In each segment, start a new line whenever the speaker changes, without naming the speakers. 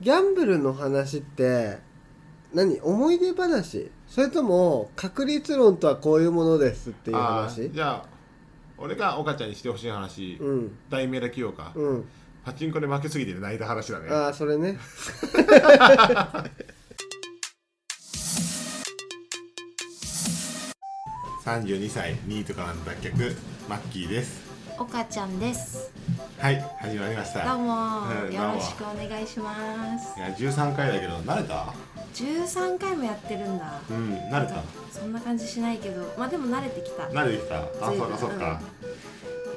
ギャンブルの話って何思い出話それとも確率論とはこういうものですっていう
あ
話
ーじゃあ俺が岡ちゃんにしてほしい話、
うん
題名だけ言おうか、
うん
パチンコで負けすぎて泣いた話だね
ああそれね
32歳ニートからの脱却マッキーです
岡ちゃんです。
はい始まりまし
どう
た
も、
うん
よろしくお願いします
い。や13回だけど慣れた
13回もやってるんだ。
うん慣れた
そんな感じしないけど、まあでも慣れてきた。
慣れてきたあ
ずい
そ
ぶ
っ
ん
かそっか、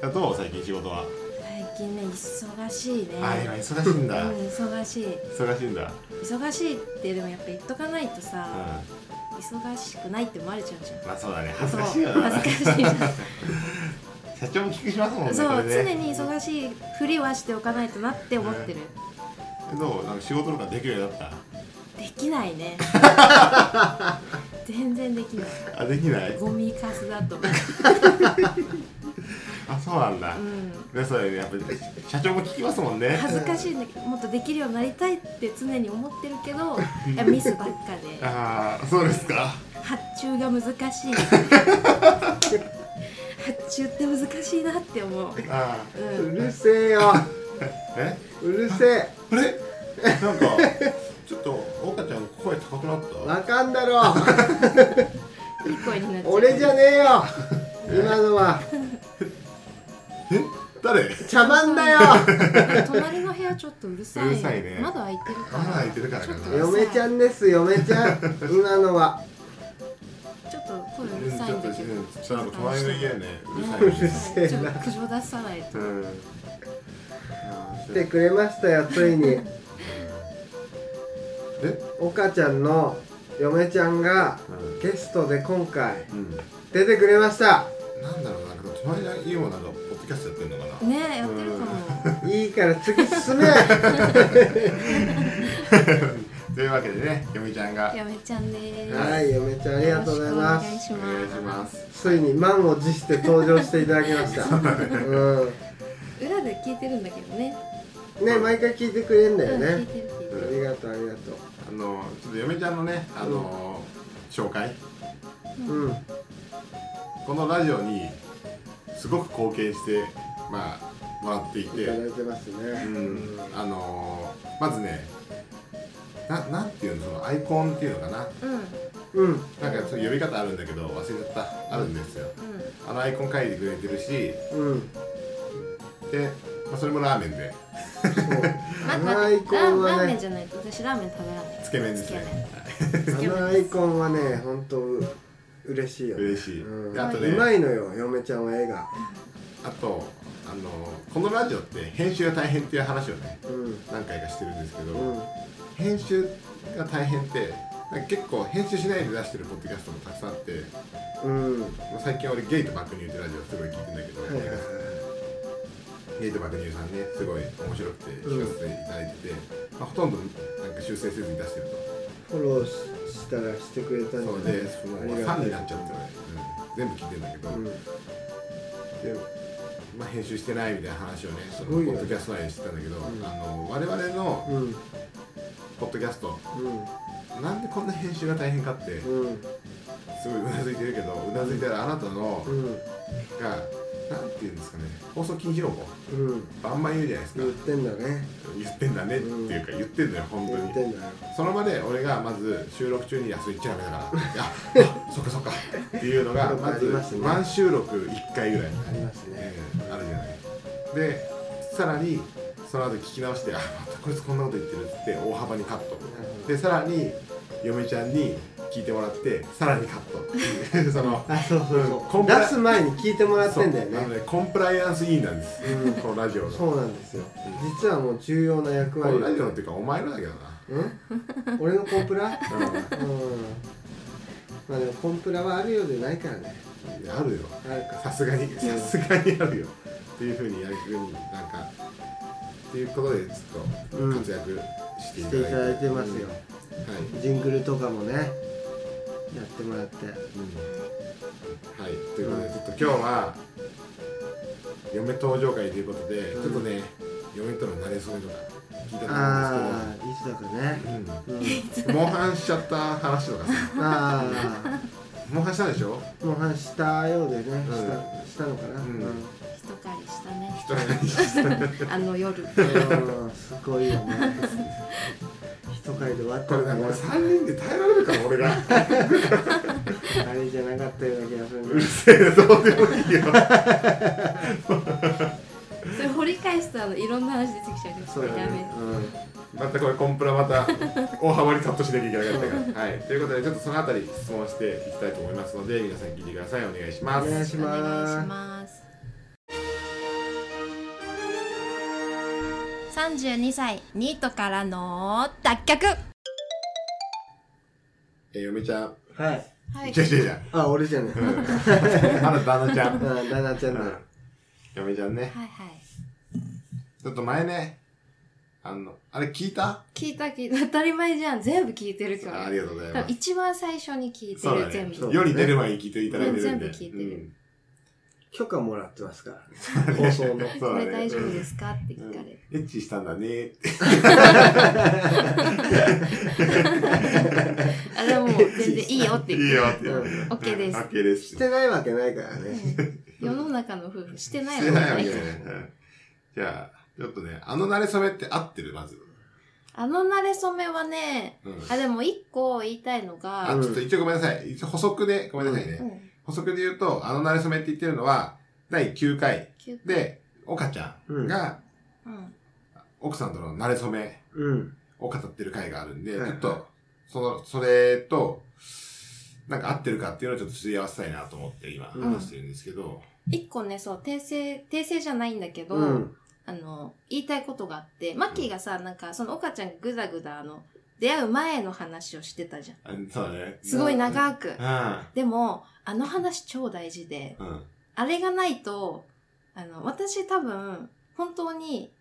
いやどう最近仕事は、
最近ね、忙しいね。
あ今忙しいん
う
だ、
ん、忙しい。
忙しいんだ
忙しいってでもやっぱ言っとかないと
うん
さ、忙しくないって思われちゃうじゃん。
まあそうだね恥ずかしいよ
そう
な
恥ずか しいじゃん。
社長も聞くしますもんね
そう、
これ
常
ね
に忙しいふりはしておかないとなって思ってる、
どうなんか仕事とかできるようになっ
できな いね全然できない
たあできない
ゴミカスだと思う、
あそうなんだ、
うん、
でそれやっぱり社長も聞きますもんね
恥ずかしいんだけどもっとできるようになりたいって常に思ってるけどいやミスばっかで
ああそうですか
発注が難しい発注って難しいなって思う、
あ
う、
うんるせえよ
ーえ
うるせえ
あれなんかちょっと岡ちゃん声高くなった
わかんだろ
いい声になっちゃう
俺じゃねえよ今のは
え誰
茶番だよ
隣の部屋ちょっとうるさいう
るさいね
窓開いてるから
窓開いてるからかな
ちょっとうるさい
嫁ちゃんです嫁ちゃん今のは
ちょっと声うるさいんだけど
ちょっとなんか隣の家ねうるさい
うん
よ
うる
ね
せえな
ちょっと苦情出さないと
うん
来てくれましたよついに
え
岡ちゃんの嫁ちゃんが
うん
ゲストで今回
うん
出てくれました
なんだろうななんか隣の家もなんかポッドキャストやってんのかな
ねえやってるかも
いいから次進め
というわけでねよみちゃんが
やめちゃんです
はい嫁ちゃんありがとうございま
よろ
す
しくお
お
願
願
い
い
し
し
ま
ますす
ついに満を持して登場していただきま したうん
裏で聞いてるんだけどね
ね毎回聞いてくれんだよ
うん聞い
ね
てる聞いて
あ
る
りがとうありがと
あのちょっとよみちゃんのねあの紹介
ううん
このラジオにすごく貢献してまあもらってい
い
て
ただいてますね
うんあのー、まずねななんていうのそのアイコンっていうのかな
うんうん
うん
なんかそういう呼び方あるんだけど忘れちゃったあるんですよあのアイコン書いてくれてるし
うん
で、まあ、それもラーメンで
ま
あ
あ
の
まあ
アイコン
ラーラ
は
ーメン
ね
じゃないと私ラーメン食べられない
つけ麺ですね
つ
あ
け麺
のアイコンはね本当う嬉しいよね
嬉しい、
うん
であと
うま
ね
いのよ嫁ちゃんは絵が
あとあのーこのラジオって編集が大変っていう話をね
うん
何回かしてるんですけど、
うん
編集が大変ってなんか結構編集しないで出してるポッドキャストもたくさんあって
うん
まあ最近俺ゲイと爆乳ってラジオすごい聞いてんだけど、
はいはいはい
ゲイと爆乳さんねすごい面白くて
うん
聞かせていただいてて、まあ、ほとんどなんか修正せずに出してる
フォローししたらしてくれた
と
ん
そう
じゃない
でその
あり
フ
が
ァ
た
ン
い
になっちゃってね、うん、全部聞いてんだけど、
うん
で、まあ、編集してないみたいな話をねその
すご
ポ
いよね
ッドキャスト内でしてたんだけど、
ん
あの我々の
うんうん
ポッドキャストなんでこんな編集が大変かって
うん
すごいうなずいてるけどうなずいてるあなたの
うん
がなんていうんですかね放送禁止用語
うん
バンバン言うじゃないですか
言ってんだね
言ってんだねっていうか言ってんだよ本当
言
に
ってんだよ
その場で俺がまず収録中に「いやそれ言っちゃダメだから」いや 「あそっかそっか」っていうのがま
あります
ず
ね
ワン収録1回ぐらい、
ありますね
えーあるじゃないでさらにその後聞き直して「あまたこいつこんなこと言ってる」っつって大幅にカットでさらに嫁ちゃんに聞いてもらってさらにカットってい うその
あそうそう
うん
そ
コ
う
ンプラ
出す前に聞いてもらってんだよ
そうなの
ね
でコンプライアンス委員なんです、
うん
このラジオの
そうなんですよ実はもう重要な役
こ
割
のラジオのっていうかお前のだけどな
うん俺のコンプラ
う
う
ん
んまあでもコンプラはあるようでないからね
いやあるよ
あるか
さすがにさすがにあるよっていうふうにやるふうになんかっていうことでちょっ
うん
と活躍してい
したていた
だ
だ
い
い
て,
て
うん、
ますよ
はい、
ジングルとかもねやってもらって
うんはい、ということでちょっと今日は嫁登場会ということで、
うん
ちょっとね嫁との馴れ初めとか聞いたと思うん
ああいつだかね、
です
うん、
けど、うん、モンハンしちゃった話とかさ
あ
モンハンしたで しょ
あもう話したようでね、したしたのかな、
う
うんん
一狩りしたね
人にした
あの 夜
うんすごいよね一回で終わっ
こ
た
れ
ん
な
だ
ん
ね
か3人で耐えられるかな俺が
あれじゃなかったような気がす
うる
る
せえどうでもいいよ
それ掘り返すとあのいろんな話出てきちゃう
そうだ
や
ね
め
またこれコンプラまた大幅にカットしなきゃいけなかったから。はい、ということでちょっとそのあたり質問していきたいと思いますので皆さん聞いてくださいお願いしま
うん、お願い
す。
し
お願いし
ま
ます32歳ニートからの脱却
えー、嫁ちゃん、
すはい
はい
違う違う違う。
あ俺じゃね
うん あら旦那ちゃん、
えうん旦那ちゃんだ、
うん嫁ちゃんね。
はいはい
ちょっと前ね、あのあれ聞いた？
聞いた聞いた当たり前じゃん全部聞いてる今
あ
日
ありがとうござい
多
ま
分
す。
一番最初に聞いて
そう
る、
だ
全
ね。
そう
部
より出る前に聞いていただいてるんで。
全部聞いてる
許可もらってますから放送の
うん
こ
そうだ
れ
ね。。
大丈夫ですすかって聞かれる、
エッチしたんだね。
あれはもう全然いいよって
い
言っ
いよっ
て
て。
うん
うん
OK です
オッケーです。
してないわけないからね
世の中の夫婦してない
してないわ
ね
けだよね。うんじゃあ、ちょっとね、あの馴れ初めって合ってる、まず。
あの馴れ初めはね
うん。
あでも一個言いたいの
あ、
が、
ちょっと一応ごめんなさい。一応補足で、ごめんなさいね。
うん、
補足で言うと、あの馴れ初めって言ってるのは、第9回
休暇
で、岡ちゃんが、
うん、
奥さんとの馴れ初め
うん
を語ってる回があるんで、
はい
ちょっと、その、それと、なんか合ってるかっていうのをちょっとすり合わせたいなと思って今
うん
話してるんですけど、
一個ねそう訂正訂正じゃないんだけど、
うん
あの言いたいことがあってマッキーがさなんかその岡ちゃんがぐだぐだあの出会う前の話をしてたじゃん
あそうだね。
すごい長く、
う
でもあの話超大事で
ん。うん。
あれがないとあの私多分本当に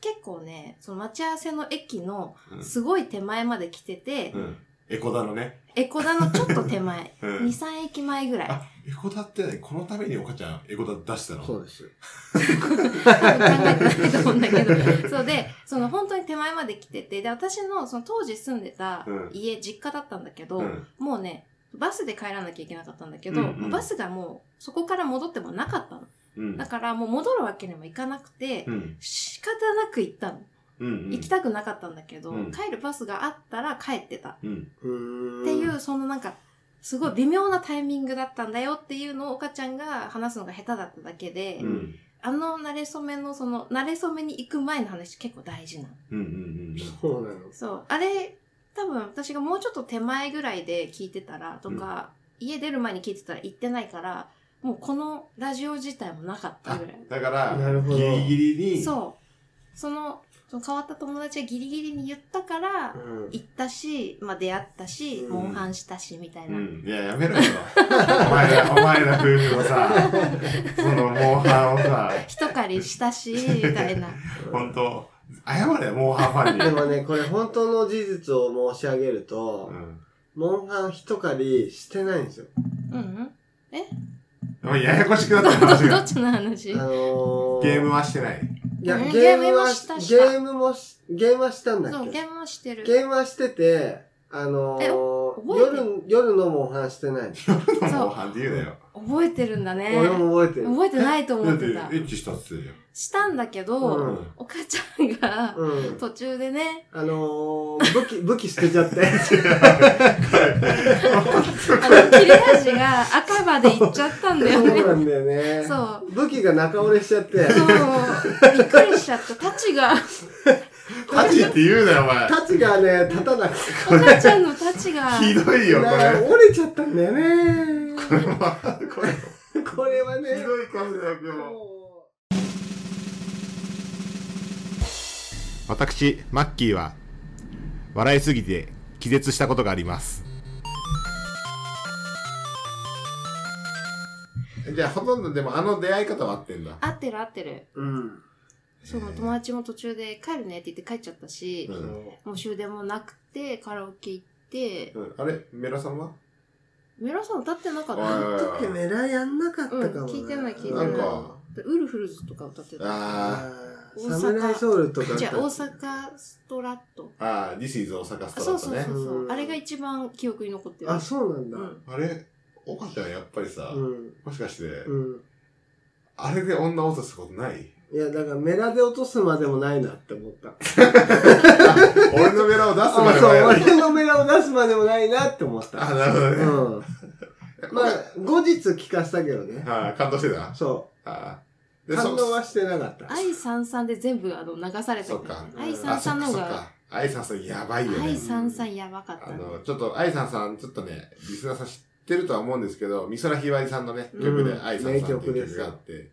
結構ねその待ち合わせの駅のすごい手前まで来てて、
うん。うん。エコだのね。
エコダのちょっと 手前
うん
23駅前ぐらい
あ、エコだってね、このためにお母ちゃんエコだ出したの。
そうです
多分考えてないと思うんだ けど。そうで、その本当に手前まで来てて、で、私のその当時住んでた
うん
家、実家だったんだけど、
うん。
もうね、バスで帰らなきゃいけなかったんだけど、
うんうん
バスがもうそこから戻ってもなかったの。
うん
だ。からもう戻るわけにもいかなくて、
うん。
仕方なく行ったの。
うん。
行きたくなかったんだけど、
うん
帰るバスがあったら帰ってた。
うん。
うーん
っていう、そのなんか、すごい微妙なタイミングだったんだよっていうのを岡ちゃんが話すのが下手だっただけで、
うん。うん。
あの馴れ初めのその馴れ初めに行く前の話結構大事なの
うん。うん。
そうなの
そうあれ多分私がもうちょっと手前ぐらいで聞いてたらとか、家出る前に聞いてたら行ってないからもうこのラジオ自体もなかった
あ
ぐらい
だから、
なるほど
ギリギリに、
そうそのその変わった友達がギリギリに言ったから
うん
行ったし、まあ、出会ったし、
うん
モンハンしたしみたいな、
ん。いや、やめろよ。お前ら、お前ら夫婦の さ、そのモンハンをさ、
一狩りした しみたいな
本当謝れよ、モンハンファンに。
でもね、これ本当の事実を申し上げると、モンハン一狩りしてないんですよ。
うんうん
うん。もうややこしくなっ
ど
た話
ど
が。
っちの話
あのー、
ゲームはしてない。
いや、
うん
ゲームは、
ゲームもしたした
ゲームもし、ゲームはしたんだ
そう
っけ
ゲームはしてる
ゲームはしてて、あのー
え覚えてる
夜、夜のモンハンしてない。
モンハンって言うなよ。
覚えてるんだね
俺も覚えてる。
覚えてないと
だ
思
っ、
っててた
エッチしたっつってた
したんだけど、
う
よ。
ん
お母ちゃんが
うん。
途中でね
あのー、武器、 武器捨てちゃって。
あの切れ味が赤まで行っちゃったんだ
そ
よね
うなんだよね。
そう
武器が中折れしちゃって、
そうびっくりしちゃったタチが
ハチって言うなよ、お 前。
タチがね、立たなくて。
お母ちゃんのタチが
ひどいよ、こ
な
れ。
折れちゃったんだよね。
これ、
これはね
ひ。どい感じだよ、今日。
も
私マッキーは笑いすぎて気絶したことがありますじゃあほとんどでもあの出会い方は合ってんだ
合ってる合ってる
ううん。
そう友達も途中で帰るねって言って帰っちゃったし、
うん
もう終電もなくてカラオケ行って
うんあれメラさんは
メラさん歌ってなかっ
おいおい
た
ちょっとメラやんなかったかもな、
うん聞いてない聞い
てないなんか
ウルフルズとか歌ってた
あ
あ
大
サムライソウルとか
じゃあ大阪ストラット。
ああ、This is 大阪スト
あそ
ラッ
う
ト
そう
ね
そ。うそううんあれが一番記憶に残ってる
あそうなんだ
うん
あれ、岡ちゃんやっぱりさ、
うん
もしかして、
うん
あれで女落とすことない
いやだからメラで落とすまでもないなって思った
俺のベラを出すま
あ
で
そう
もない。
俺のメラを出すまでもないなって思っ
あ、
た
なるほど
う
ね。
んまあ後日聞かせたけどね
あー感動してた。あ
そ
あー
う
でそ
感動はしてなかった
愛三三で全部あの流された
そっか
愛
さ
三三の方が、
あいさんさんやばいよね。
愛三三やばかった
あ
ね。
の、ちょっと、アイさんさん、ちょっとね、リスナーさん知ってるとは思うんですけど、美空ひばりさんのね、曲で、
うん
アイさんさんっていう
名曲で
曲
す
があって、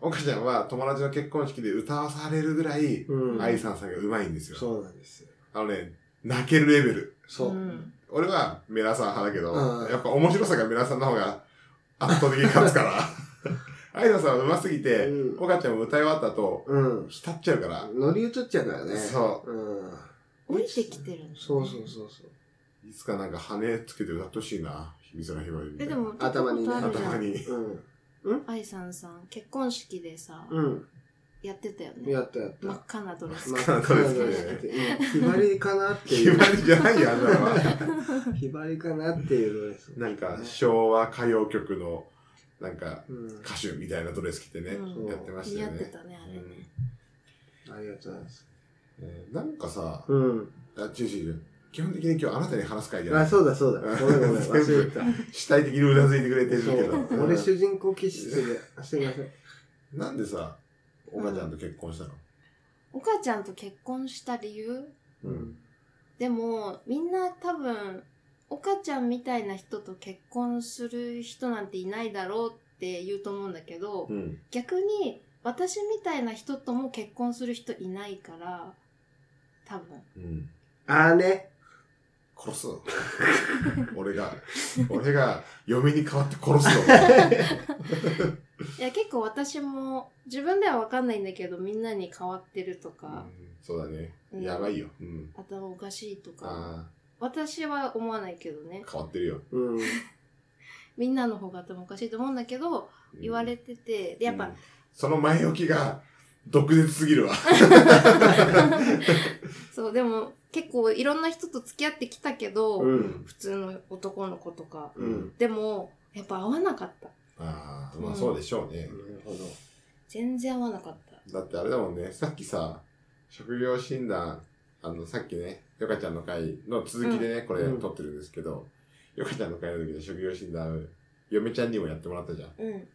岡ちゃんは友達の結婚式で歌わされるぐらい、
うん
アイさんさんが上手いんですよ。
そうなんですよ
あのね、泣けるレベル。
そう、
ん
俺はメラさん派だけど、
うん
やっぱ面白さがメラさんの方が圧倒的に勝 つから。アイさんさんは上手すぎて
う、ん
岡ちゃんも歌い終わった後、
うん
浸っちゃうから、
乗り移っちゃうからね、
そう
うん、
降りてきてるんだね
そうそうそうそう
いつかなんか羽つけて歌ってほしいな、美空ひばりみた
え
い
で
な。
も歌ったこ
頭にね
とあるじゃん
頭に。
うん
愛さんさん結婚式でさ、
うん
やってたよね
やったやった
真っ赤なドレス、
ま
真っ赤なドレス
うんひばりかなって
ひ
いう
ばりじゃないよ、あんなのは。
ひばりかなっていうドレス
なんか、昭和歌謡曲の、なんか、
うん
歌手みたいなドレス着てね、
うん
やってました
似合
よ
って
ね。
たねあ
う
れ、
ん
ありがとうございます
えーなんかさ、
うん
あ、違う違う違う。基本的に今日あなたに話す会じゃな
あ
い。
そうだそうだごめんごめん忘れてた
主体的にうなずいてくれてるけ
そう
ど。
俺主人公気質ですいません
なんでさ、岡ちゃんと結婚したの
お母ちゃんと結婚した理由
うん
でもみんな多分お母ちゃんみたいな人と結婚する人なんていないだろうって言うと思うんだけど、
うん。
逆に私みたいな人とも結婚する人いないから多分
うん。
ああね
殺すぞ。俺が、俺が嫁に代わって殺すぞ。
いや結構私も自分では分かんないんだけどみんなに変わってる と
う
か、
んそうだね。
うん
やばいよ。うん。
頭おかしいとか
あ
私は思わないけどね
あ、変わってるよ。
うん
みんなの方が頭おかしいと思うんだけど
うん
言われててでやっ
う
ぱ
ん、その前置きが毒舌すぎるわ
そうでも結構いろんな人と付き合ってきたけど、
うん
普通の男の子とか
うん
でもやっぱ合わなかった
ああまあそうでしょうね、
なるほど
全然合わなかった
だってあれだもんねさっきさ職業診断あのさっきねよかちゃんの会の続きでね、これ
うん
撮ってるんですけど、よかちゃんの会の時で職業診断嫁ちゃんにもやってもらったじゃん
うん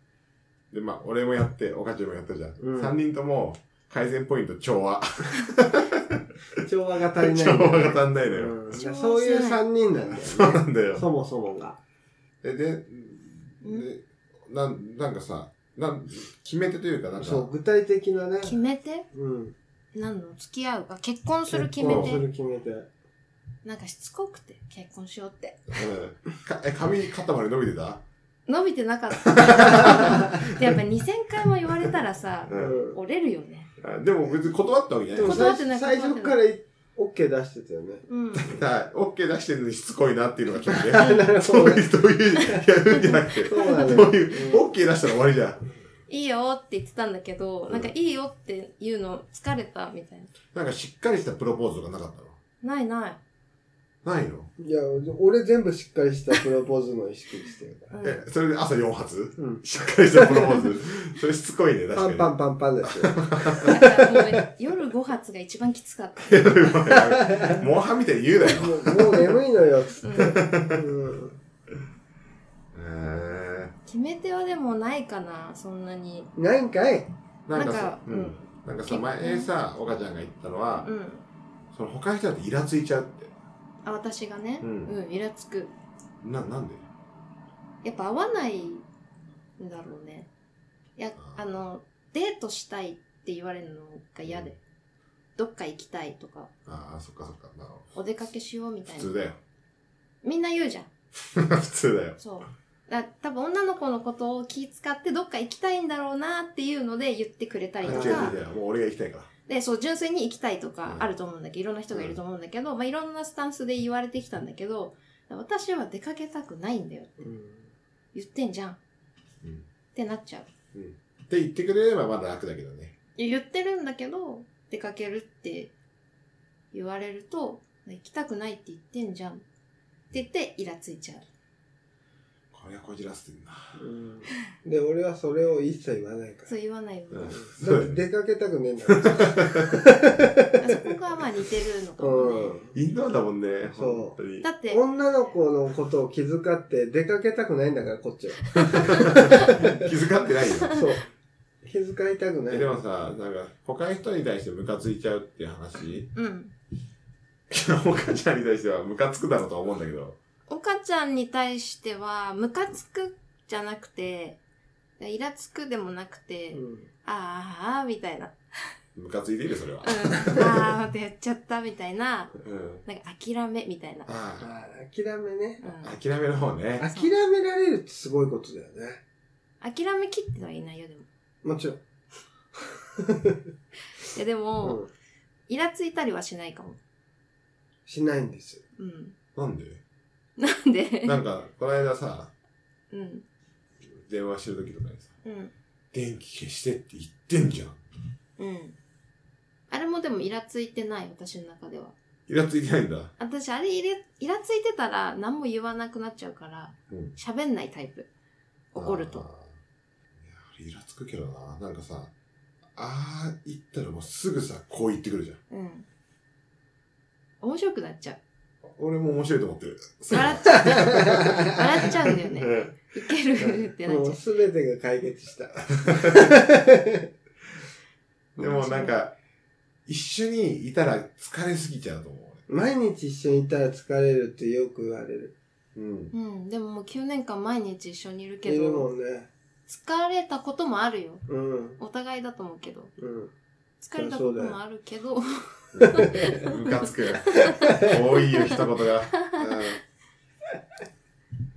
でまあ俺もやっておかちゃんもやったじゃん、
うん
三3人とも改善ポイント調和
調和が足りない
調和が足んないのよ、
うんじゃあそういう三人なんだ
そう
よ
な
ね
んだよ
そもそもが
えでで
うん
なんなんかさなん決め手というかなんか
そう具体的なね
決め手
うん
何の付き合うか結婚する決め
結婚す
手
る決めて
なんかしつこくて結婚しようって
うんかえ、髪肩まで伸びてた
伸びてなかった でやっぱ2000回も言われたらさ
うん
折れるよね
あでも別に断ったわけじゃ
で
ない
も
だ
断ってない
最初から OK 出してたよね。
うん
から。OK 出してるのにしつこいなっていうのが決 め
な
て。
る
そういう、そういう、やるんじゃなくて。そ
そうなのよ
ういう、
うん
OK 出したら終わりじゃん。
いいよって言ってたんだけど、
うん
なんかいいよって言うの疲れたみたい
なんかしっかりしたプロポーズがなかったの
なないない、
ないの
いや、俺全部しっかりしたプロポーズの意識してるから。
うん
え、それで朝4発
うん。
しっかりしたプロポーズ。それしつこいね、
パン
確
パ
か
ンパンパンですよ。
だからもう夜5発が一番きつ かった
に。モンハンみたいに言 うなよ。
もうもう眠いのよ、つ
う
っ
ん
て。うん。
へ
決め手はでもないかなそんなに
ないんかい
ーなんかさ
なんか、
う
うんん。
なんかさ、前さ、岡ちゃんが言ったのは
う、ん
その他の人だってイラついちゃうって。
あ私がね
う
うんん、イラつく
な、なんで
やっぱ合わないんだろうねいやあのデートしたいって言われるのが嫌で、
うん
どっか行きたいとか
ああ、そっかそっか。まあ
お出かけしようみたい
普
な
通だよ。
みんな言うじゃん
普通だよ。
そうだ多分女の子のことを気遣ってどっか行きたいんだろうなっていうので言ってくれた
あ違
り
う
と
違
か
う違う。もう俺が行きたいから。
でそう純粋に行きたいとか
うん
あると思うんだけどいろんな人がいると思うんだけど、まあ、いろんなスタンスで言われてきたんだけど私は出かけたくないんだよ言ってんじゃんっ
うん。
てなっちゃう
って言ってくれればまだ楽だけどね。
言ってるんだけど、出かけるって言われると、行きたくないって言ってんじゃん。って言って、イラついちゃう。
これはこじらせてんな。
うん、で俺はそれを一切言わないから
そう言わないよ、
うん
だって出かけたくねえんだから
そこがまあ似てるのかもね。
インドアだもんね。
そう
本当に
だ。って、
女の子のことを気遣って出かけたくないんだからこっちは
気遣ってないよ。
そう気遣いたくな
え
い
でもさ、なんか、他の人に対してムカついちゃうっていう話、
うん。
他ちゃんに対してはムカつくだろうとは思うんだけど。
岡ちゃんに対しては、ムカつくじゃなくて、イラつくでもなくて、
うん
あーあーみたいな。
ムカついてるよ、それは
う。ん、あーってやっちゃったみたいな、
うん。
なんか諦めみたいな。
あ
あー諦めね
あ、
う
諦めの方ね。
諦められるってすごいことだよね
ん、諦めきってはいないよ、でも。
もちろん、
いや、でも、
うん、
イラついたりはしないかも。
しないん ですよ
うん。
なんで
なんで、
なんか、この間さ、
うん。
電話してる時とかにさ、
うん。
電気消してって言ってんじゃん。
うん。あれもでもイラついてない、私の中では。
イラついてないんだ。
私、あれイライラついてたら何も言わなくなっちゃうから、
うん
喋んないタイプ。怒ると
あ。ー。いや、俺イラつくけどな。なんかさ、あー言ったらもうすぐさ、こう言ってくるじゃん。
うん。面白くなっちゃう。
俺も面白いと思ってる。
笑っちゃう。
も
笑っちゃうん だよね。
うん
いけるってなっち
う
ゃ
全てが解決 した
でもなんか、一緒にいたら疲れすぎちゃうと思う。
毎日一緒にいたら疲れるってよく言われる
俺うん。
う。うん。でももう9年間毎日一緒にいる
い
け
るも
ど、
んね
疲れたこともあるよ。
うん
お互いだと思うけど。
うん
疲れたこともあるけど、
ムカつく。多いよ、一言 が。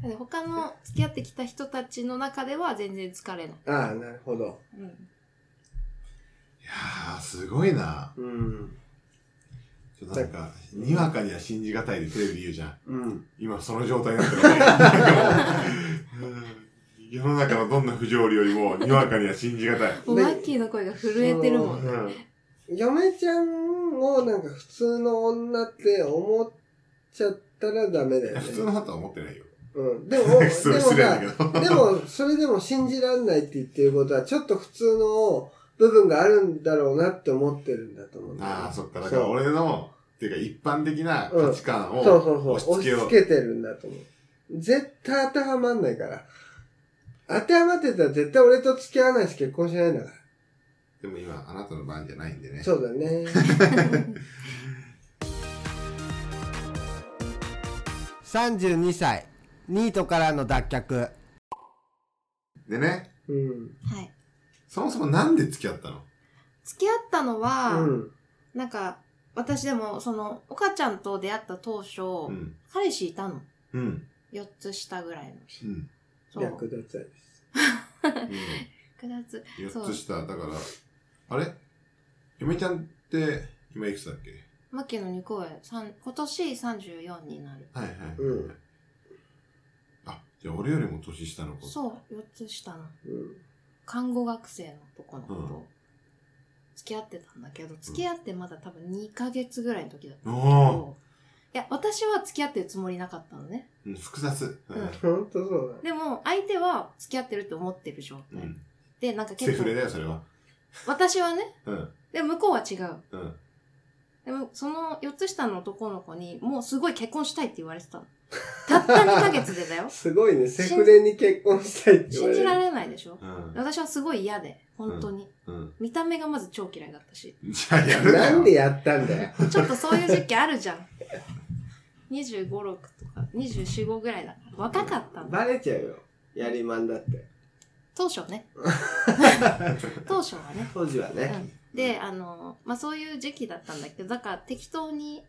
で他の付き合ってきた人たちの中では全然疲れない。
ああなるほど
うん。
いやー、すごいな。
うん
ちょっとなんか、にわかには信じがたいでテレビ言うじゃん。
うん
今その状態なんだよねなんかもう。うん世の中のどんな不条理よりも、にわかには信じがたい。
もうマッキーの声が震えてるもん。
うん。
嫁ちゃんをなんか普通の女って思っちゃったらダメだよね
普通の人は思ってないよ。
うん、でも
普通は失礼だけ
でも
ど。
さでもそれでも信じらんないって言ってることはちょっと普通の部分があるんだろうなって思ってるんだと思うんだよね
ああ、そっか。だ
そ
から
う
俺の、っていうか一般的な価値観
そう
を
そうそう。
押し
押
付
し付
けよう。
けてるんだと思う。絶対当てはまんないから。当てはまってたら絶対俺と付き合わないし結婚しないんだか
でも今、あなたの番じゃないんでね
ら。。そうだ ね。32歳、ニートからの脱却。
でね、
うん。
はい。
そもそもなんで付き合ったの
付き合ったの
う
は、
ん。
なんか、私でも、その、岡ちゃんと出会った当初、
ん。
彼氏いたの。
うん。
4つ下ぐらいの人。
うん。
そう。
略奪愛です。
複雑。
4つ下。だから、あれ嫁ちゃんって、今いくつだっけ
マッキーの2個上、三今年34になる。
はいはい。
うん
あ、じゃあ俺よりも年下の子。
そう、4つ下の。
うん。
看護学生の男の子
う
と付き合ってたんだけど、付き合ってまだ多分2ヶ月ぐらいの時だったんだけ
お
ど、いや、私は付き合ってるつもりなかったのね。
うん、複雑。
う
ほんとそうだね。。
でも、相手は付き合ってるって思ってる状
う
態。
ん。
で、なんか
セ
結
フレ
構、
だよ、それは。
私はね、
うん。
で、向こうは違う。
うん。
でも、その4つ下の男の子に、もうすごい結婚したいって言われてたの。たった2ヶ月でだよ
すごいね。セフレに結婚したいって言わ
信
れ
じ
る。
られないでしょ
うん。
私はすごい嫌で、本当に。
うん。
見た目がまず超嫌いだったし。
じゃあやるなよ。
なんでやったんだよ。
ちょっとそういう時期あるじゃん。25、6とか、24、5ぐらいだから。若かったんだ。
バレちゃうよ。やりまんだって。
当 初ね。当初はね。
当時はね。
うん、で、あの、まあ、そういう時期だったんだけど、だから適当に、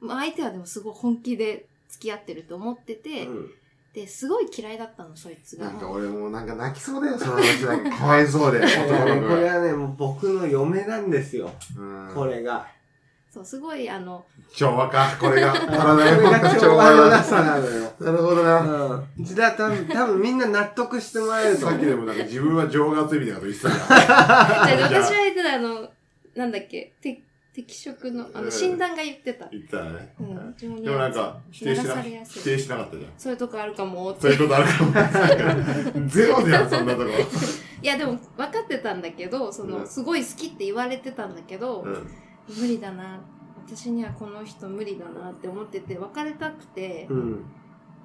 まあ、相手はでもすごい本気で付き合ってると思ってて、
うん
で、すごい嫌いだったの、そいつが。
なんか俺もうなんか泣きそうだよ、その話。なんかか わいそうで、
いや
男
ね
の子
これ
が。
はね、もう僕の嫁なんですよ。
うん
これが。
そう、すごい、あの、
調和か。これが、体
これ
が
が
調
調
和
和の
だ
な。さなのよ。
なるほどな。
うん。じゃあ多分、多分みんな納得してもらえると
さ
思
っき
う。
でもなんか自分は情が熱いみたいなこと言ってたじ
じゃあ
ゃあ
私は言ってた、あの、なんだっけ、て適職の、あ
う
の、
ん
診断が言ってた。
言ってたね。
うん、でも
でもなんか、否定しな、
流されやすい
否定しなかったじゃん。
そういうとこあるかもって
そういうことあるかもゼロじゃん、そんなとこ。
いやでも分かってたんだけどその、
うん
すごい好きって言われてたんだけど、
うん。
無理だな私にはこの人無理だなって思ってて別れたくて、
うん。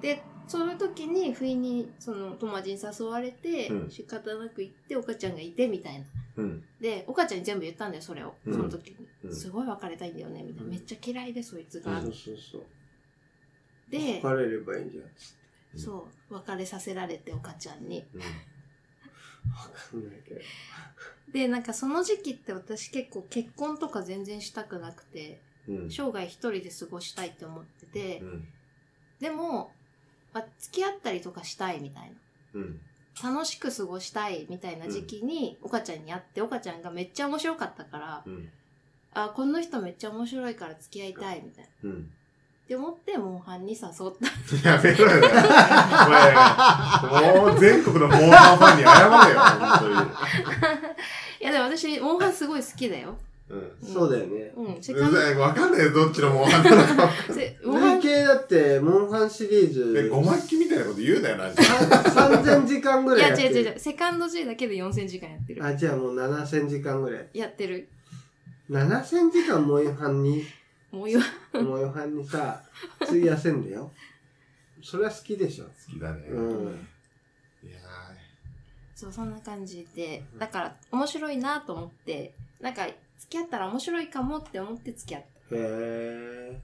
でそういう時に不意にその友達に誘われて、
うん
仕方なく行ってお母ちゃんがいてみたいな
うん。
でお母ちゃんに全部言ったんだよそれを、
うん
その時に、
うん
すごい別れたいんだよねみたいな、
うん
めっちゃ嫌いでそいつ
そう
が、
そうそう。
で
別れればいいんじゃん。
そう別れさせられてお母ちゃんに
わかんないけど。
でなんかその時期って私結構結婚とか全然したくなくて、
うん。
生涯一人で過ごしたいって思ってて、
うん。
でも、まあ付き合ったりとかしたいみたい
うん。
な楽しく過ごしたいみたいな時期に岡ちゃんに会って岡ちゃんがめっちゃ面白かったから
うん。
あこの人めっちゃ面白いから付き合いたいみたいな。
うん。
って思ってモンハンに誘った
やめろよ。お前もう全国のモーハンファンに謝れよ、本
いやでも私モンハンすごい好き だよ
当に。うん。
そうだよね。
うんセ
う
カンド
ざい、わかんないよ、どっちのモーハンなのか。
せモンハ
累
ン
計だって、モンハンシリー
で、
ズ
ご、まっきみたいなこと言うなよ、なんか。
3000時間ぐ
い
ら
や
いやって
違
る。
う違う違うセカンド G だけで4000時間やってる
あ、じゃあもう7000時間ぐらい。
やってる
7000時間モンハンに、
もう言わ
モンハンにさ、費やせんだよ。それは好きでしょ。
好きだね。
うん。
いや
そうそんな感じでだから面白いなと思ってなんか付き合ったら面白いかもって思って付き合った
へえ。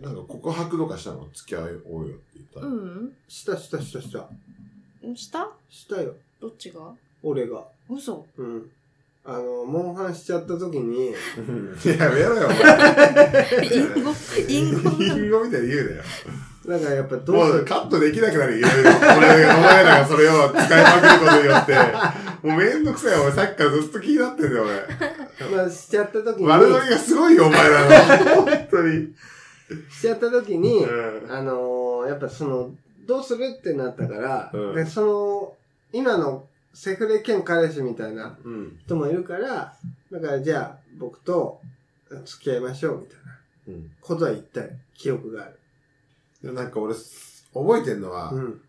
ーなんか告白とかしたの付き合おうよって言ったら。
うん
したしたしたした。
うんした
したよ。
どっちが
俺が。
嘘
うん。あの、モンハンしちゃった時に、
やめろよ、お前。
イ ンゴインゴなの
ンゴみたいに言うなよ。
なんかやっぱど
も
う
う
し
カットできなくなるよ。いろいろ俺がお前らがそれを使いまくることによって。もうめんどくさいよ。俺さっきからずっと気になってんだよ、
まあ、しちゃった時
俺。悪乗
に、
りがすごいよ、お前らの。本当に。
しちゃった時に、
うん
あのーやっぱその、どうするってなったから、
うん
で、その、今のセフレ兼彼氏みたいな
うん。
人もいるから、だからじゃあ僕と付き合いましょうみたいな
うん。
ことは言った記憶がある。
でもなんか俺、覚えてんのは、
うん。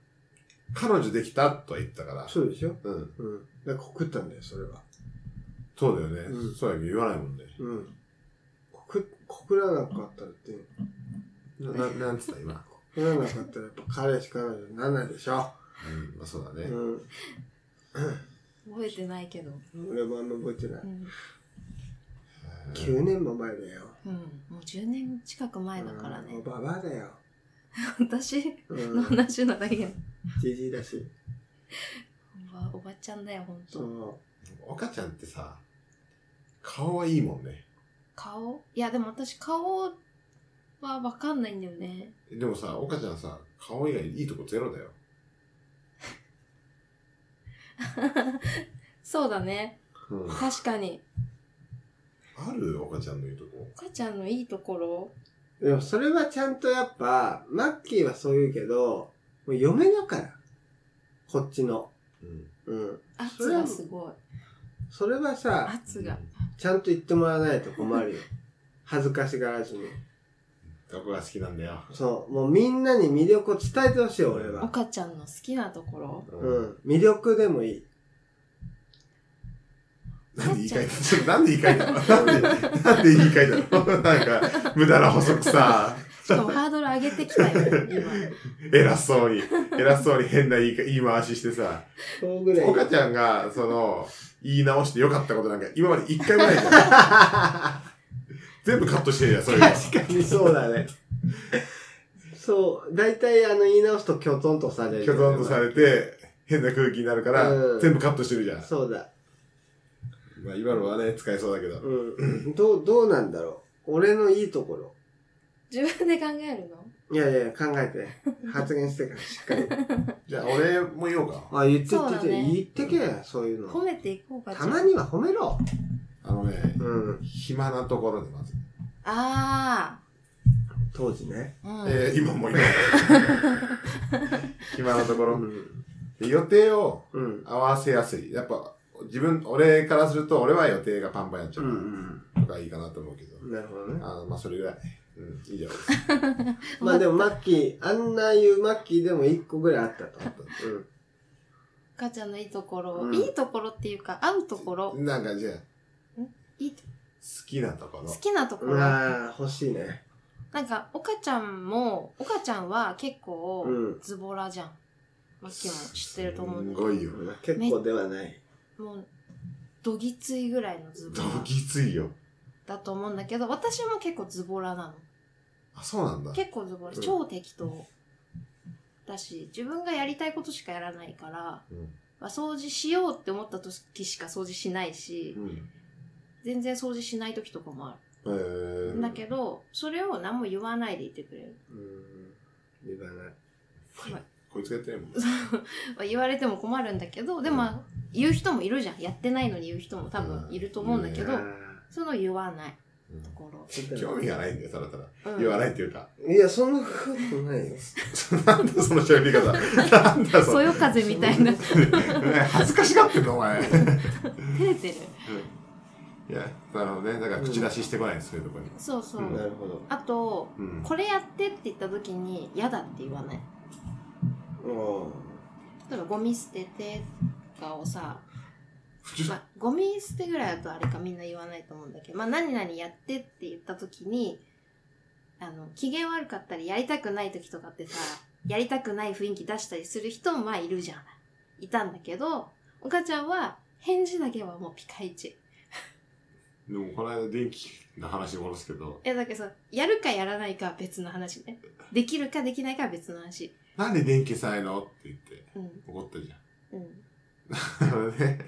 彼女できたとは言ったから。
そうでしょ
うん。
うん。だから告ったんだよ、それは。
そうだよね。
うん
そうやけど言わないもんね。
うん。告、告らなかったらって、
な、ななんつった今。
告らなかったらやっぱ彼氏彼女7でしょ。
うん、まあそうだね。
う
覚えてないけど
ん。俺もあんま覚えてない。
うん、
9年も前だよ。
うん、もう10年近く前だから
う
ね
んババアだよ。
私
う
の
ん。
話 なだけや
じじいだし。
おばおばちゃんだよほん
そ
と
う。
岡ちゃんってさ、顔はいいもんね。
顔いやでも私顔は分かんないんだよね
でもさ、岡ちゃんさ、顔以外いいとこゼロだよ。
そうだね
うん。
確かに
ある岡ちゃんのいいとこ。
お母ちゃんのいいところ
でもそれはちゃんとやっぱ、マッキーはそう言うけど、もう嫁だから。こっちの。
うん。
うん。
圧がすごい
それはさ、
圧が
ちゃんと言ってもらわないと困るよ。恥ずかしがらずに。
どこが好きなんだよ。
そう。もうみんなに魅力を伝えてほしい、俺
お
は。
母ちゃんの好きなところ
う
う。ん。魅力でもいい。
なんで言い換えたちょっとなんで言い換えたのなんで、なんで言い換えたの なんか、無駄な補足さ、
しかもハードル上げてきたよ今
偉そうに、偉そうに変な言いか言い回ししてさ、
そうぐらい。
岡ちゃんが、その、言い直してよかったことなんか、今まで一回もない じゃん。全部カットしてるじゃん、それが。
確かにそうだね。そう。大体あの言い直すとキョトンとされる。
きょとんとされて、変な空気になるから、
うん
全部カットしてるじゃん。
そうだ。
まあ、今のはね、使えそうだけど。
うん。どう、どうなんだろう。俺のいいところ。
自分で考えるの
いやいや、考えて。発言してから、しっかり。
じゃあ、俺も言おうか。
あ、言って言って
そうだね
言ってけ、そういう
褒
の。
めていこうか
たまには褒めろ。
あのね、
うん。
暇なところでまず。
あ
当時ね。
あ、うん。
えー、今 もいない。暇なとこ
う
ろ。
ん。
で予定を
うん。
合わせやすい。やっぱ、自分、俺からすると、俺は予定がパンパンやっちゃ
う
うから
ん。
とかいいかなと思うけど。
なるほどね。
あーまあ、それぐらい。うん、以上です。
まあでもマッキー、あんな言うマッキーでも一個ぐらいあったと。うん。
母ちゃんのいいところ、
うん
いいところっていうか、合うところ、
なんかじゃあ、
いいと
好きなところ
好。きなとこ
う
ろ。
わー、欲しいね。
なんか、岡ちゃんも、岡ちゃんは結構
うん、
ズボラじゃん。マッキーも知ってると思うんだ
すごい
け
よ。
結構ではない。
ど、もう、どぎついぐらいのズボ
ど
ラ
ぎついよ。
だと思うんだけど、私も結構ズボラな
あ、そうなんだ
の。。結構ズボラ、
うん
超適当だし、自分がやりたいことしかやらないから、
うん
まあ、掃除しようって思った時しか掃除しないし
う、ん。
全然掃除しない時とかもあ
え
る。
ー
だけど、それを何も言わないでいてくれる。
うん。言わない。
こいつがやってないもん。
まあ言われても困るんだけど、でもまあ、言う人もいるじゃん。やってないのに言う人も多分いると思うんだけど、
あ
その言わないと
う
ころ。
ー
ん興味がないんだよ、ただただ。
うん
言わないっていうか。
いや、そんなことないよ。
なんだその喋り方。なんだそ
そ
の。
よ風みたいな。
恥ずかしがってんの、お前。
照れてる。
いや、なるほどね。だから口出ししてこないんですよ、どこに。
そうそう。
うん
なるほど。
あと、
うん。
これやってって言った時に嫌だって言わない。
うん。
例えばゴミ捨ててとかをさ、
普通
まあ、ゴミ捨てぐらいだとあれかみんな言わないと思うんだけど、まあ、何々やってって言った時に、あの、機嫌悪かったり、やりたくない時とかってさ、やりたくない雰囲気出したりする人もまあいるじゃん。いたんだけど、お母ちゃんは返事だけはもうピカイチ。
でもこの間電気の話に戻すけど、
え、だけどさ、やるかやらないかは別の話ね。できるかできないかは別の話。
なんで電気消さないのって言って
うん、
怒ったじ
うん、
ゃん。なのでね、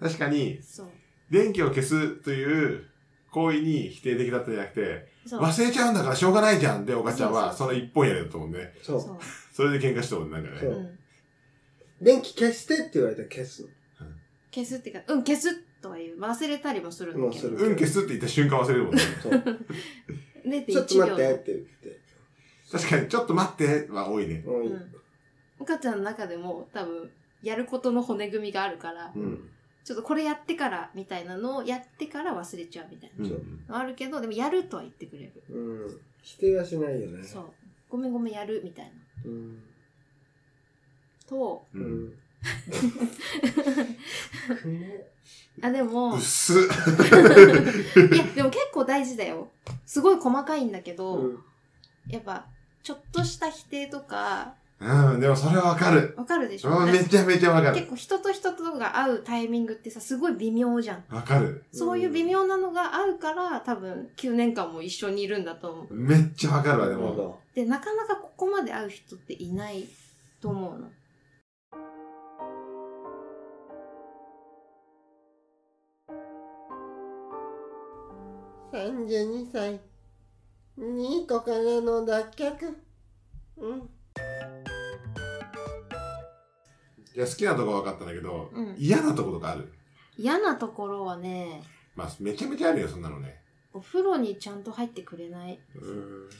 確かに
そう。
電気を消すという行為に否定的だったんじゃなくて、
そう。
忘れちゃうんだからしょうがないじゃんで、お母ちゃんは
そ
その一本やりだと思うね。
そう。
そ。
それで喧嘩したもんねなんか
そう
ね。
う
うん。
電気消してって言われたら消す
消すってか、うん、消すとは言う。忘れたりもするんだけど。
もうする
うん消すって言った瞬間忘れるもんね。
の。そう。ちょっと
0.1
待って
秒
って言って。
確かに、ちょっと待っては多いね。
う。
うんん。お母ちゃんの中でも多分、やることの骨組みがあるから、
うん。
ちょっとこれやってからみたいなのをやってから忘れちゃうみたい
うん
そう
な。あるけど、でもやるとは言ってくれる。
うん。否定はしないよね。
そう。ごめんごめんやるみたいな。
うん。
と、
う。
うんん。くね
あ、でも
うっ、す。
いや、でも結構大事だよ。すごい細かいんだけど、
うん
やっぱ、ちょっとした否定とか、
うん、でもそれはわかる。
わかるでしょ、
うんめちゃめちゃわか
結
る。
構人と人とが会うタイミングってさ、すごい微妙じゃん。
わかる。
そういう微妙なのが合うから、多分9年間も一緒にいるんだと思う。
めっちゃわかるわ、
な
で
るほ
も。
ど。
で、なかなかここまで会う人っていないと思うの。
32歳ニ個からの脱却うん
いや、好きなとこは分かったんだけど、
うん
嫌なとことかある。
嫌なところはね、
まあ、めちゃめちゃあるよ、そんなのね。
お風呂にちゃんと入ってくれない。
うん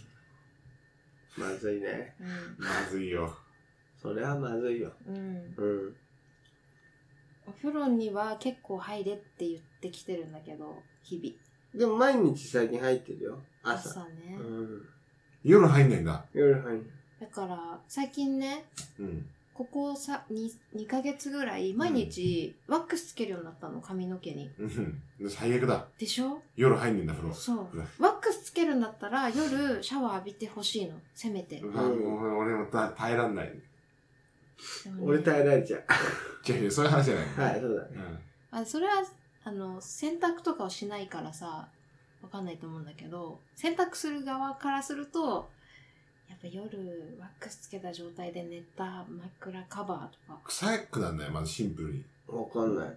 まずいね
う
まずいよ。
それはまずいよ
ん。うん。
うん
お風呂には結構入れって言ってきてるんだけど、日
でも毎日最近入ってるよ
々。
朝
朝ね。
うん
夜入んないんだ。
夜入る
だから、最近ね、
うん。
ここさ、2、2ヶ月ぐらい、毎日ワックスつけるようになったの、髪の毛に。
うん。最悪だ。
でしょ
夜入んねえんだ、風呂。
そう
うわ。
ワックスつけるんだったら夜シャワー浴びてほしいの。せめて。
うわ、もう俺もた耐えらんない。
でもね
俺耐えられちゃ
違う違う、そういう話じゃな
う
い。
はいそうだね
あそれは、あの、洗濯とかをしないからさ、わかんないと思うんだけど、洗濯する側からすると、やっぱ夜ワックスつけた状態で寝た枕カバーとか。
臭くなんない、まずシンプルに。
わかんない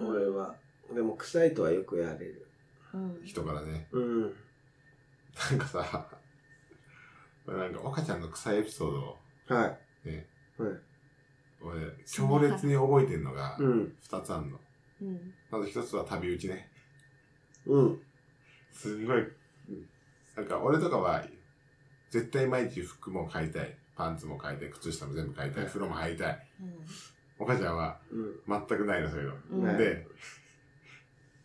俺はでも臭いとはよくやれる
うん。
人からね。
うん
なんかさ、なんか、岡ちゃんの臭いエピソードを、
はい
ね、
はい
俺、強烈に覚えてんのが
う、ん
二つあんの。
うん。
まず一つは旅打ちね。
うん。
すんごい、なんか俺とかは、絶対毎日服も買いたい。パンツも買いたい。靴下も全部買いたい。風呂も入りたい。お母ちゃんは
うん。
全くないの、そういう
うん。う
ね
の。
ん。
で、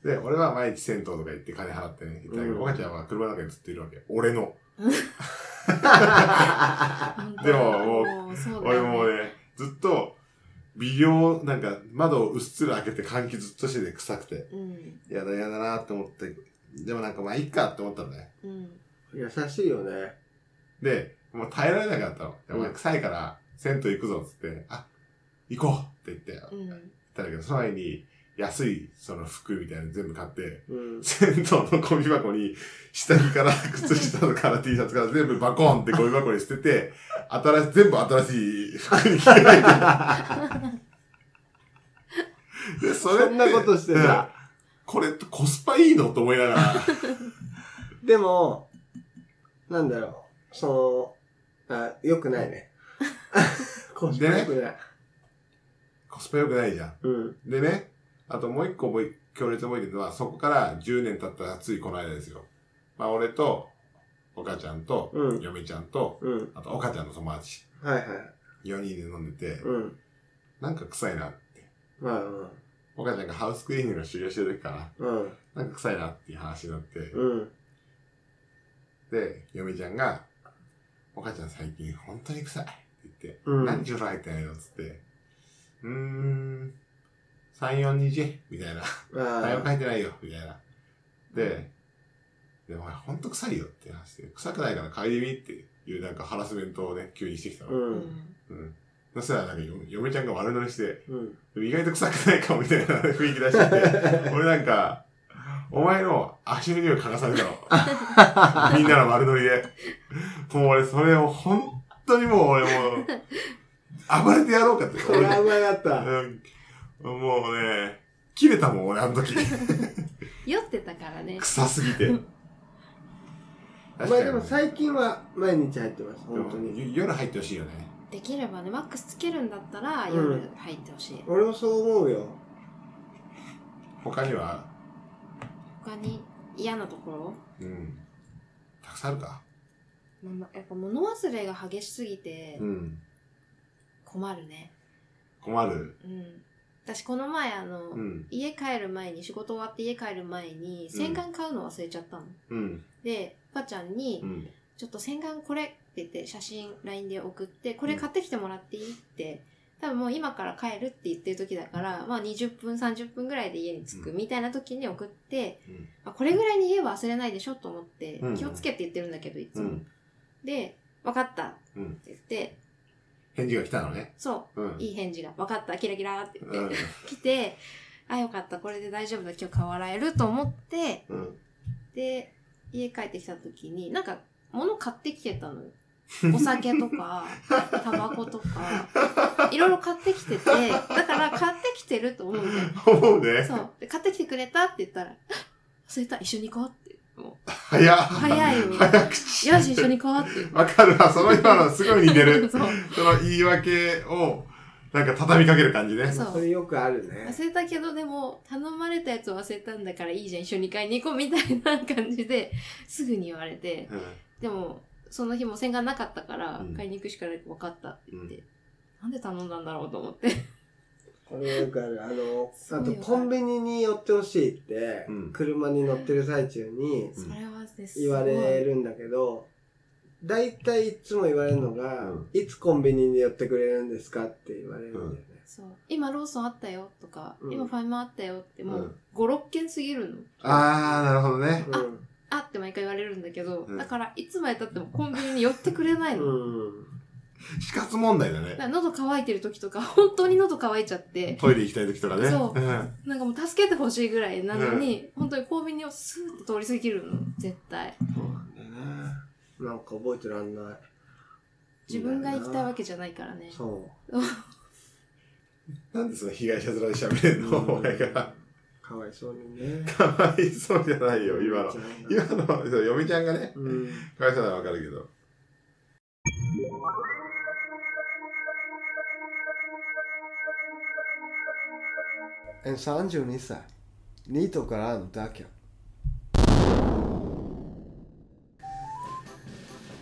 で、俺は毎日銭湯とか行って金払ってね、行ったけ
う
ど、
ん
お母ちゃんは車の中にずっといるわけ。俺の。
本当
でももう
う、そうだ
俺
よね
もうね、ずっと、微量、なんか、窓をうっすら開けて換気ずっとしてて臭くて、
うん。
やだやだなって思って、でもなんかまあいいかって思ったのね。
うん。
優しいよね。
で、もう耐えられなかったの。で
うん
お前臭いから、銭湯行くぞっつって、あ、行こうって言って、
う
行っ
ん。
たんだけど、その前に、安い、その服みたいなの全部買って、
うん。
銭湯のゴミ箱に、下着から、靴下から T シャツから全部バコーンってゴミ箱に捨てて、新し、全部新しい服に着替えて。で、それって
そんなことしてた。
これってコスパいいのと思いながら。
でも、なんだろう。その、あ、よくない ね。コスパ良くない。
コスパ良くないじゃん。
うん。
でね、あともう一個覚え、強烈に覚えてるのは、そこから10年経ったらついこの間ですよ。まあ俺と、お母ちゃんと、
うん
嫁ちゃんと、
うん。
あとお母ちゃんの友達、
はいはい。
4人で飲んでて、
うん。
なんか臭いなって。
まあ、うん。
お母ちゃんがハウスクリーニングの修行してる時か
うん。
な、なんか臭いなっていう話になって、
うん。
で、嫁ちゃんが、お母ちゃん最近本当に臭いって言って、
うん。
何時ぐらい入ってないのっつって、うーん、3、4日みたいな。何も
ま
書
あ、
いてないよ、みたいな。で、で、お前ほんと臭いよって話で、臭くないから嗅いでみっていうなんかハラスメントをね、急にしてきたの。
う。
うんん。
うんそしたらなんかよ嫁ちゃんが悪乗りして、
うん。
意外と臭くないかもみたいな雰囲気出してて、 俺なんか、お前の足の匂い嗅がされたの。 みんなの丸乗りで。もう俺それを本当にもう俺もう、暴れてやろうかって。
トラウマだった。
うん、もうね、切れたもん俺あ の時。
酔ってたからね。
臭すぎて。
まあでも最近は毎日入ってます、本当に。
に。夜入ってほしいよね。
できればね、マックスつけるんだったら、
うん
夜入ってほしい。
俺もそう思うよ。
他には、
他に嫌なところ
うん。たくさんあるか。
まあやっぱ物忘れが激しすぎて
ん。
困るね。
困る。
うん。私この前あの、
うん。
家帰る前に、仕事終わって家帰る前に、洗顔買うの忘れちゃったの。
うん。
で、パパちゃんに、
うん。
ちょっと洗顔これって言って写真 LINE で送って、これ買ってきてもらっていいって、多分もう今から帰るって言ってる時だから、まあ20分30分ぐらいで家に着く
うん
みたいな時に送って、あこれぐらいに家は忘れないでしょと思って
う、ん
気をつけて言ってるんだけど、いつ
う
も。
ん。
で、わかったって
うん。
言って、
返事が来たのね。
そ
うん
う、。いい返事が、わかった、キラキラって言って、
うん。
来て、あ、よかった、これで大丈夫だ、今日顔洗えると思って、
うん。
で、家帰ってきた時に、なんか、物買ってきてた のよ。お酒とか、タバコとか、いろいろ買ってきてて、だから買ってきてると思うじ
思う
ゃん。
ね。
そう。で買ってきてくれたって言ったら、あ忘れた、一緒に行こうって。もう
早っ。
早いよ。よ
早口。
し、一緒に行こうって言って。。
わかるわ。その今のすごい似てる
そう。
その言い訳を、なんか畳みかける感じね。
そう
それよくあるね。
忘れたけど、でも、頼まれたやつを忘れたんだからいいじゃん、一緒に買いに行こうみたいな感じで、すぐに言われて、
うん。
でも、その日も洗顔なかったから
うん、
買いに行くしかない分かったって言って、
う
なんで頼んだんだろうと思って。
これよくある。あの、
すごい
あ
よく
と
ある
コンビニに寄ってほしいって
うん、
車に乗ってる最中に
うん
それはです
言われるんだけど、大体いつも言われるのが
うん、
いつコンビニに寄ってくれるんですかって言われるんだよね。
そう今ローソンあったよとか、
うん
今ファイマーあったよっても
う
うん56件過ぎるの
あー、なるほどね。
うん
あって毎回言われるんだけど、
うん
だからいつまでたってもコンビニに寄ってくれないの、だ
うん。
死活問題だね
か。ら喉乾いてる時とか本当に喉乾いちゃって
トイレ行きたい時とかね。。
そうんなんかもう助けてほしいぐらいなのに、本当にコンビニをスーッと通り過ぎるの絶対
そうなんだよね。なんか覚えてらんない。
自分が行きたいわ
け。
けじゃないからね
そう。
なんでその被害者面で喋れんの、お前が。
かわいそうにね。
かわいそうじゃないよ、今の。今の、そう嫁ちゃんがね、
うん。
かわいそうなのはわかるけど。
え、32歳。ニートからのだけ。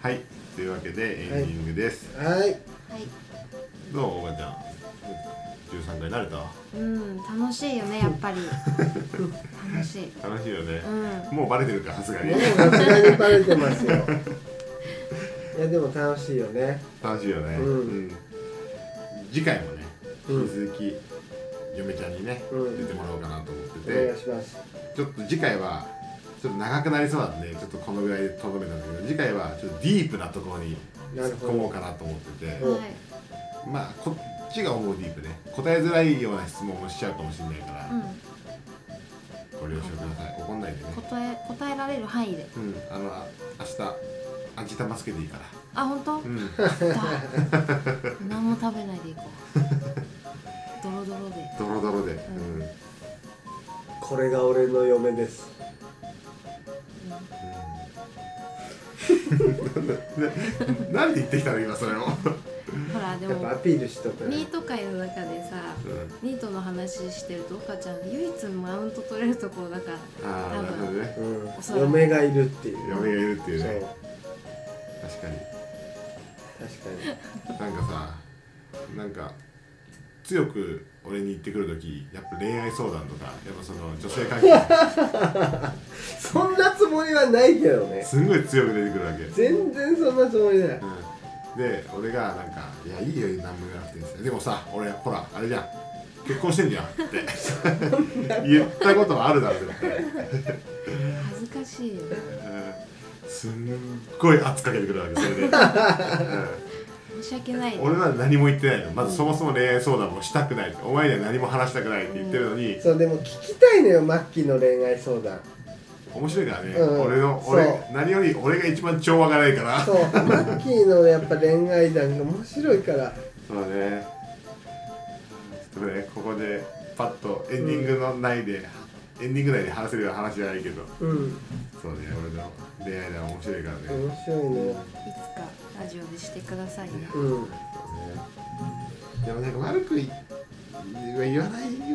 はいというわけでエンディングです、
はい。
はい
どうおばちゃん13回慣れ
うん楽しいよねやっぱり楽しい
た楽しいよね
う、ん
もうバレてるかさすがに
もうさすがにバレてますよ。 いや、でも楽しいよね。
楽しいよね、
うん
うん次回もね
う
引き
ん。
続き嫁ちゃんにね、
うん
出てもらおうかなと思って
お
て、
願いします。
ちょっと次回はちょっと長くなりそうなんでちょっとこのぐらいでとどめたんだけど次回はちょっとディープなところに
なる
突っ
ほ
込もう
ど。
かなと思ってて、
うん
はい
まあこっちが思うディープね答えづらいような質問をしちゃうかもしれないから、
う
ご了承ください怒んないでね
ん、答え答えられる範囲で
うんあのあ明日味玉つけていいから
あ本当
う？ん
だ何も食べないでいこ うドロドロで
ドロドロで、
ん
うんうん
これが俺の嫁です。
ななんで言ってきたの今それを、
ほらで
やっぱア
も
ピールしとくね。
ニート界の中でさ
うん
ニートの話してると岡ちゃん唯一マウント取れるところだから
ああなるほどね
うん。嫁がいるっていう。
嫁がいるっていう
そう
ね。確かに
確かに。
なんかさなんか強く俺に言ってくる時やっぱ恋愛相談とかやっぱその女性関係
そんなつもりはないけどね。
すんごい強く出てくるわけ、うん、
全然そんなつもりない。
で俺がなんか「いやいいよ何も言わなくていいんですよでもさ俺ほらあれじゃん結婚してんじゃん」って言ったことはあるだろうって、
恥ずかしいよね
うんすんごい圧かけてくるわけそ れで、うん
申し訳ないね
俺は何も言ってないのまずそもそも恋愛相談もしたくないお前には何も話したくないって言ってるのに、
そう、でも聞きたいのよ、マッキーの恋愛相談。
面白いからね、
うん
俺の
そう
俺何より俺が一番調和がないから
そう、マッキーのやっぱ恋愛談が面白いから。
そうだねちょっとねここでパッとエンディングの内で、エンディング内で話せるような話じゃないけど
うん。
そうね俺の恋愛談面白いからね、
面白いね。
いつかラジオでしてくださいね
うん。
そうねでもなんか悪くい言わないよ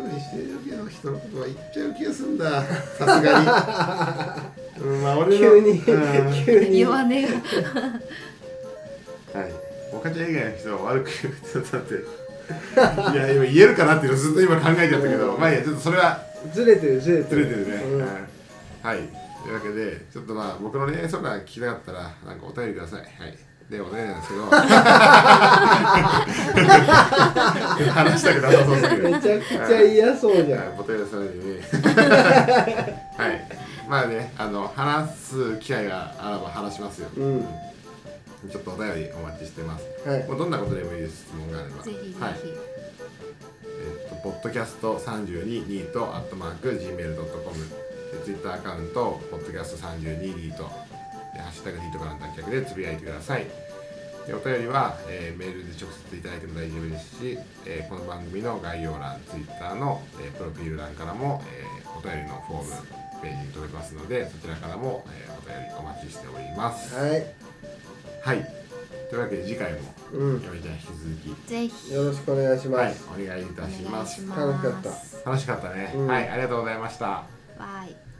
うにしてるけど人のことは言っちゃう気がするんださすがに、うん、まあ俺の
急に
うん、
急に。
弱音が
はい。おかちゃん以外の人は悪く言うってだって。いや、今言えるかなっていうのずっと今考えちゃったけど、
うん
まあいいや、ちょっとそれは
ずれてる、ずれて
ずれ
る。
てるね。
うん
はい。はいというわけで、ちょっとまあ僕の恋愛相談聞きたかったら、なんかお便りください。はい。で、お便りなんですけど。話したくなさそうすぎる。
めちゃくちゃ嫌そうじゃん。
ボトルされてね はいまあねあの話す機会があらば話しますよ、
うん
ちょっとお便りお待ちしてます
はい。
もうどんなことでもいいです質問があれば
ぜひぜひ、
はいえっとポッドキャスト32ニートアットマーク Gmail.com ツイッターアカウントポッドキャスト32ニートでハッシュタグニートからの脱却でつぶやいてくださいでお便りは、えーメールで直接いただいても大丈夫ですし、えーこの番組の概要欄ツイッターの、えープロフィール欄からも、えーお便りのフォームページに飛べますのでそちらからも、えーお便りお待ちしておりますはい、
はい。
というわけで次回も
うん。
よみちゃん引き続
ぜひ
よろしくお願いし
き、
ま
はい
す。、
お願いいたし
お願
ま
い
す
します
楽しか
楽しかったね、
うん
はいありがとうございました
バイ